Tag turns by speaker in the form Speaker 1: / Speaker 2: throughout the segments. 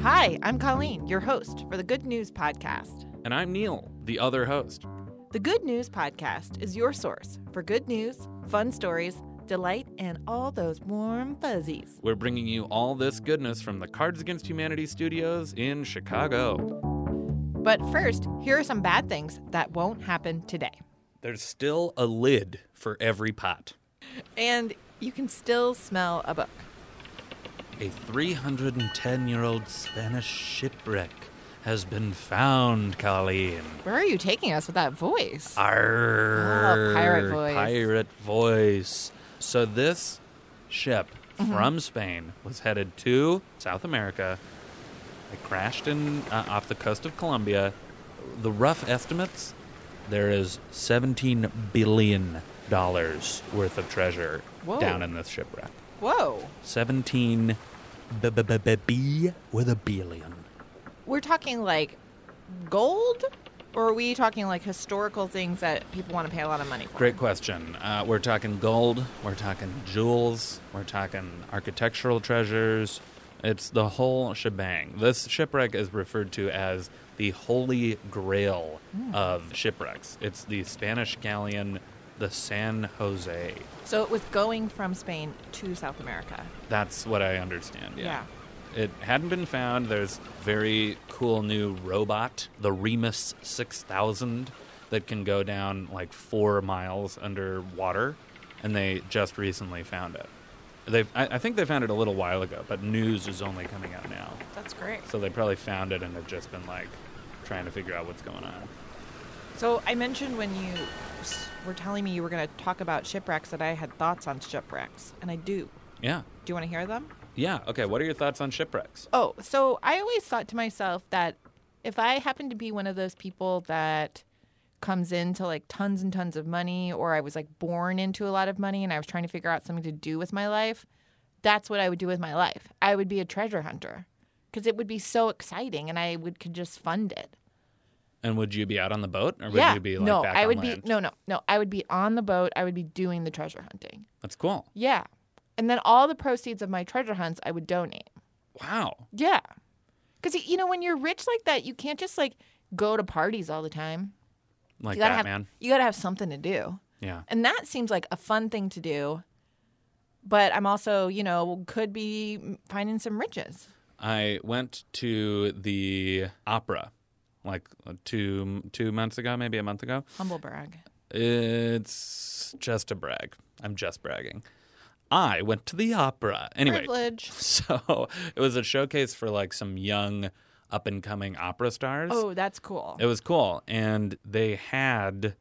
Speaker 1: Hi, I'm Colleen, your host for the Good News Podcast.
Speaker 2: And I'm Neil, the other host.
Speaker 1: The Good News Podcast is your source for good news, fun stories, delight, and all those warm fuzzies.
Speaker 2: We're bringing you all this goodness from the Cards Against Humanity studios in Chicago.
Speaker 1: But first, here are some bad things that won't happen today.
Speaker 2: There's still a lid for every pot.
Speaker 1: And you can still smell a book.
Speaker 2: A 310 year old Spanish shipwreck has been found, Colleen.
Speaker 1: Where are you taking us with that voice?
Speaker 2: Arr,
Speaker 1: Oh, pirate voice.
Speaker 2: Pirate voice. So this ship
Speaker 1: Mm-hmm.
Speaker 2: from Spain was headed to South America. It crashed in uh, off the coast of Colombia. The rough estimates there is 17 billion dollars worth of treasure
Speaker 1: Whoa.
Speaker 2: down in this shipwreck.
Speaker 1: Whoa.
Speaker 2: 17 b- b- b- b- with a billion.
Speaker 1: We're talking like gold? Or are we talking like historical things that people want to pay a lot of money for?
Speaker 2: Great question. Uh, we're talking gold. We're talking jewels. We're talking architectural treasures. It's the whole shebang. This shipwreck is referred to as the holy grail of shipwrecks. It's the Spanish galleon, the San Jose.
Speaker 1: So it was going from Spain to South America.
Speaker 2: That's what I understand. It hadn't been found. There's very cool new robot, the Remus 6000, that can go down like four miles underwater, and they just recently found it. They, I, I think they found it a little while ago, but news is only coming out now.
Speaker 1: That's great.
Speaker 2: So they probably found it and have just been like trying to figure out what's going on.
Speaker 1: So I mentioned when you s- were telling me you were going to talk about shipwrecks that I had thoughts on shipwrecks, and I do.
Speaker 2: Yeah,
Speaker 1: Do you want to hear them?
Speaker 2: yeah. Okay, what are your thoughts on shipwrecks?
Speaker 1: Oh, so I always thought to myself that if I happened to be one of those people that comes into like tons and tons of money, or I was like born into a lot of money and I was trying to figure out something to do with my life, that's what I would do with my life. I would be a treasure hunter because it would be so exciting and I would could just fund it.
Speaker 2: And would you be out on the boat, or would
Speaker 1: yeah.
Speaker 2: you be like
Speaker 1: no,
Speaker 2: back
Speaker 1: I
Speaker 2: on
Speaker 1: would
Speaker 2: land?
Speaker 1: be no, no, no. I would be on the boat. I would be doing the treasure hunting.
Speaker 2: That's cool.
Speaker 1: Yeah. And then all the proceeds of my treasure hunts I would donate.
Speaker 2: Wow.
Speaker 1: Yeah. Cuz you know when you're rich like that, you can't just like go to parties all the time.
Speaker 2: Like
Speaker 1: You gotta
Speaker 2: that,
Speaker 1: have
Speaker 2: man.
Speaker 1: you gotta have something to do.
Speaker 2: Yeah.
Speaker 1: And that seems like a fun thing to do. But I'm also, you know, could be finding some riches.
Speaker 2: I went to the opera like two two months ago, maybe a month ago.
Speaker 1: Humble brag.
Speaker 2: It's just a brag. I'm just bragging. I went to the opera. Anyway,
Speaker 1: Privilege.
Speaker 2: so it was a showcase for like some young up and coming opera stars.
Speaker 1: Oh, that's cool.
Speaker 2: It was cool. And they had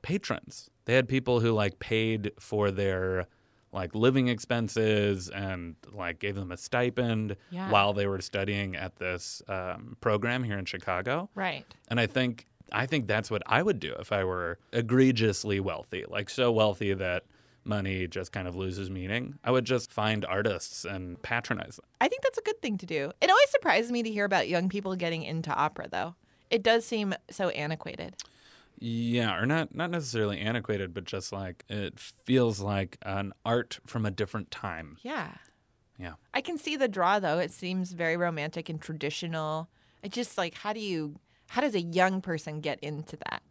Speaker 2: patrons. They had people who like paid for their like living expenses and like gave them a stipend
Speaker 1: Yeah.
Speaker 2: while they were studying at this um, program here in Chicago.
Speaker 1: Right.
Speaker 2: And I think I think that's what I would do if I were egregiously wealthy, like so wealthy that money just kind of loses meaning. I would just find artists and patronize them.
Speaker 1: I think that's a good thing to do. It always surprises me to hear about young people getting into opera, though. It does seem so antiquated.
Speaker 2: Yeah, or not not necessarily antiquated, but just like it feels like an art from a different time.
Speaker 1: Yeah.
Speaker 2: Yeah.
Speaker 1: I can see the draw, though. It seems very romantic and traditional. I just like, how do you, how does a young person get into that?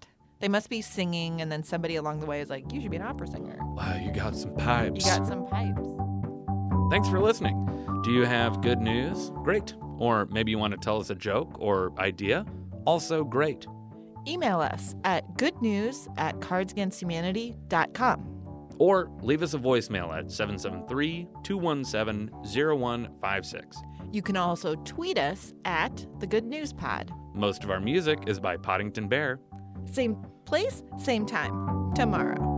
Speaker 1: They must be singing, and then somebody along the way is like, you should be an opera singer.
Speaker 2: Wow, you got some
Speaker 1: You
Speaker 2: pipes.
Speaker 1: got some pipes.
Speaker 2: Thanks for listening. Do you have good news? Great. Or maybe you want to tell us a joke or idea? Also great.
Speaker 1: Email us at goodnews at cardsagainsthumanity.com.
Speaker 2: Or leave us a voicemail at 773 217 0156.
Speaker 1: You can also tweet us at the Good News Pod.
Speaker 2: Most of our music is by Poddington Bear.
Speaker 1: Same place, same time, tomorrow.